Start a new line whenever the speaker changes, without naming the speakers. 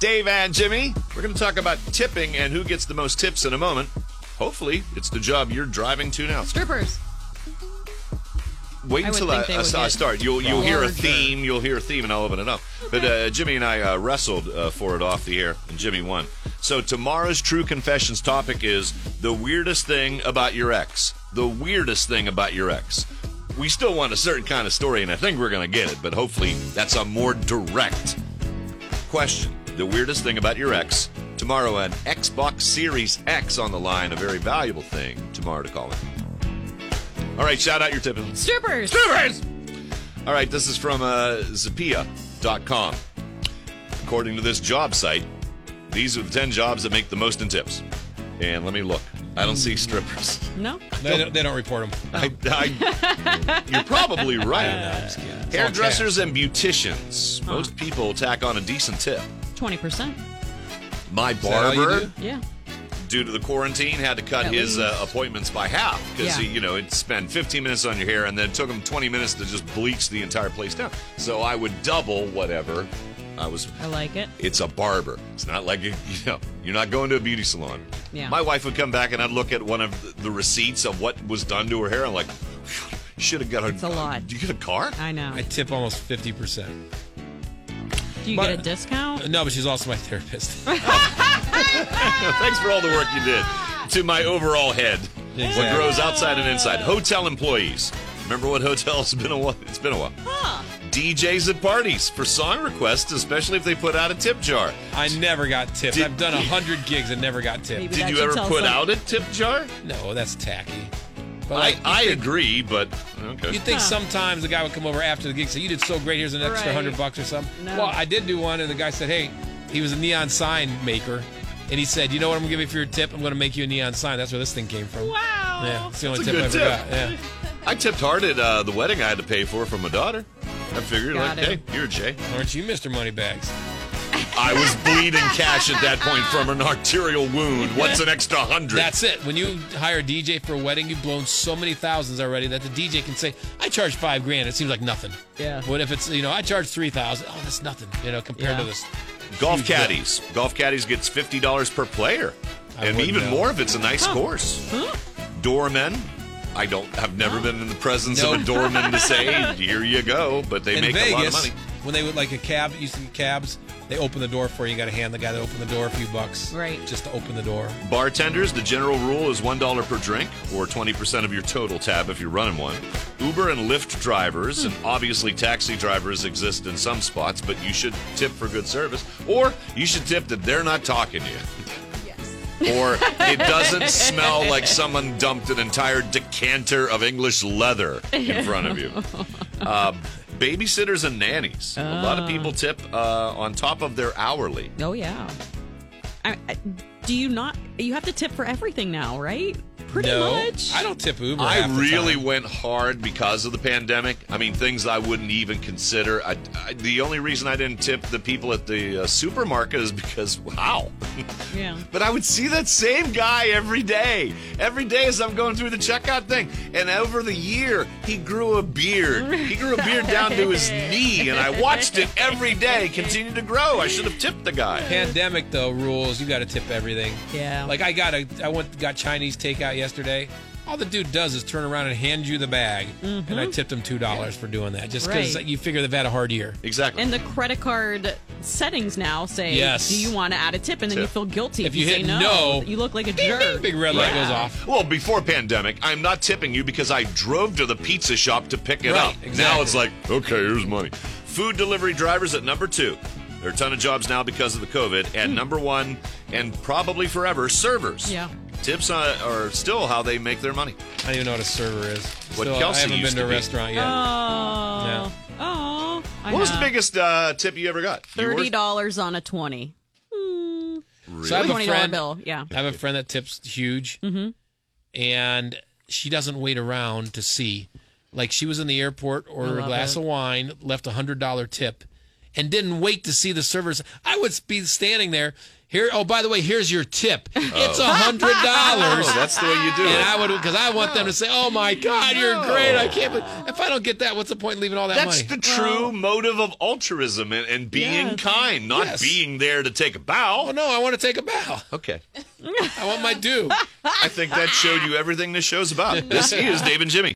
Dave and Jimmy. We're going to talk about tipping and who gets the most tips in a moment. Hopefully, it's the job you're driving to now.
Strippers.
Wait
I would
until I,
think they
I,
would
saw a
get
start. You'll you'll hear a
larger.
theme. You'll hear a theme, and I'll open it up. But uh, Jimmy and I uh, wrestled uh, for it off the air, and Jimmy won. So tomorrow's True Confessions topic is the weirdest thing about your ex. The weirdest thing about your ex. We still want a certain kind of story, and I think we're going to get it. But hopefully, that's a more direct question. The weirdest thing about your ex. Tomorrow, an Xbox Series X on the line. A very valuable thing tomorrow to call it. All right, shout out your tipping.
Strippers.
All right, this is from uh, Zapia.com. According to this job site, these are the 10 jobs that make the most in tips. And let me look. I don't see strippers.
No.
They don't, they don't report them.
I, I, you're probably right.
just kidding. It's all
Hairdressers and beauticians. Most people tack on a decent tip.
20%.
My
that all you
barber,
do?
Yeah.
due to the quarantine, had to cut
At
his uh, appointments by half
Yeah.
because he, you know, he'd spend 15 minutes on your hair and then it took him 20 minutes to just bleach the entire place down. So I would double whatever I was
I like it.
it's a barber. It's not like you you know you're not going to a beauty salon.
Yeah.
My wife would come back and I'd look at one of the- the receipts of what was done to her hair. I'm like, should have got a.
It's a lot.
Do you get a car?
I know.
I tip almost 50%.
Do you
but-
get a discount?
No, but she's also my therapist.
Ah.
Thanks for all the work you did to my overall head. What
Exactly.
grows outside and inside. Hotel employees. Remember what hotels been a while? It's been a while. DJs at parties for song requests, especially if they put out a tip jar.
I never got tipped.
Did-
I've done 100 gigs and never got tipped.
Maybe
Did
that
you
should
ever
tell
put
some-
out a tip jar?
No, that's tacky. But
I,
like,
I agree, but okay.
you'd think sometimes the guy would come over after the gig and say, You did so great, here's an extra
Right.
100 bucks or something.
No.
Well, I did do one, and the guy said, Hey, he was a neon sign maker. And he said, You know what I'm going to give you for your tip? I'm going to make you a neon sign. That's where this thing came from.
Wow.
Yeah, it's the only
That's a
tip I
good tip.
ever got. Yeah.
I tipped hard at uh, the wedding I had to pay for from my daughter. I figured,
Got
like,
it.
hey, you're Jay.
Aren't you Mr. Moneybags?
I was bleeding cash at that point from an arterial wound. What's an extra hundred?
That's it. When you hire a DJ for a wedding, you've blown so many thousands already that the DJ can say, "I charge five grand." It seems like nothing.
Yeah.
What if it's you know I charge three thousand? Oh, that's nothing. You know compared to
Yeah.
this.
golf
huge bill.
caddies. Golf caddies gets fifty dollars per player,
I
and
wouldn't
even
know.
more if it's a nice course. Doormen. I don't. I've never been in the presence of a
Nope.
doorman to say, "Here you go," but they
In
make
Vegas,
a lot of money.
when they would like a cab, used to get cabs. They open the door for you. You got to hand the guy that opened the door a few bucks,
Right.
Just to open the door.
Bartenders, the general rule is $1 per drink or 20% of your total tab if you're running one. Uber and Lyft drivers, and obviously taxi drivers exist in some spots, but you should tip for good service. Or you should tip that they're not talking to you. Or it doesn't smell like someone dumped an entire decanter of English leather in front of you. Uh, babysitters and nannies. A lot of people tip uh, on top of their hourly.
Oh, yeah. I, I, do you not? You have to tip for everything now, right? Pretty
no,
much.
I don't tip Uber.
I
half the
really
time.
went hard because of the pandemic. I mean, things I wouldn't even consider. I, I- the only reason I didn't tip the people at the uh, supermarket is because, wow.
Yeah.
but I would see that same guy every day. Every day as I'm going through the checkout thing. And over the year, he grew a beard. He grew a beard down to his knee, and I watched it every day continue to grow. I should have tipped the guy.
Pandemic though rules. You got to tip everything.
Yeah.
Like I got a, I went got Chinese takeout yesterday. All the dude does is turn around and hand you the bag, and I tipped him two dollars for doing that, just because
Mm-hmm. Right.
you figure they've had a hard year.
Exactly.
And the credit card settings now say,
Yes.
do you want to add a tip? And then
Tip.
you feel guilty
If you
say
hit
no.
no,
You look like a
Bing,
jerk.
bing, big red light goes off.
Well, before pandemic, I'm not tipping you because I drove to the pizza shop to pick it
Right,
up. Now
exactly.
it's like, okay, here's money. Food delivery drivers at number two. There are a ton of jobs now because of the COVID. And number one, and probably forever, servers.
Yeah.
Tips are, are still how they make their money.
I don't even know what a server is.
What
Still,
Kelsey
I haven't
used
been to a
to be.
restaurant yet.
Oh. Oh. I
What was the
know.
biggest uh, tip you ever got? You
Thirty
worked-
dollars on a twenty. Hmm.
So I have
Twenty
a
dollar
friend.
bill. Yeah.
I have a friend that tips huge, and she doesn't wait around to see. Like she was in the airport, ordered a
love
glass
it.
of wine, left a hundred dollar tip, and didn't wait to see the servers, I would be standing there. Here, oh, by the way, here's your tip. It's a hundred dollars.
Oh, that's the way you do
And
it.
I would, because I want them to say, "Oh my God, you're great! I can't." Believe, if I don't get that, what's the point in leaving all that
That's
money?
the true motive of altruism and, and being
Yes.
kind, not
Yes.
being there to take a bow.
oh no, I want to take a bow.
Okay.
I want my due.
I think that showed you everything this show's about. This is Dave and Jimmy.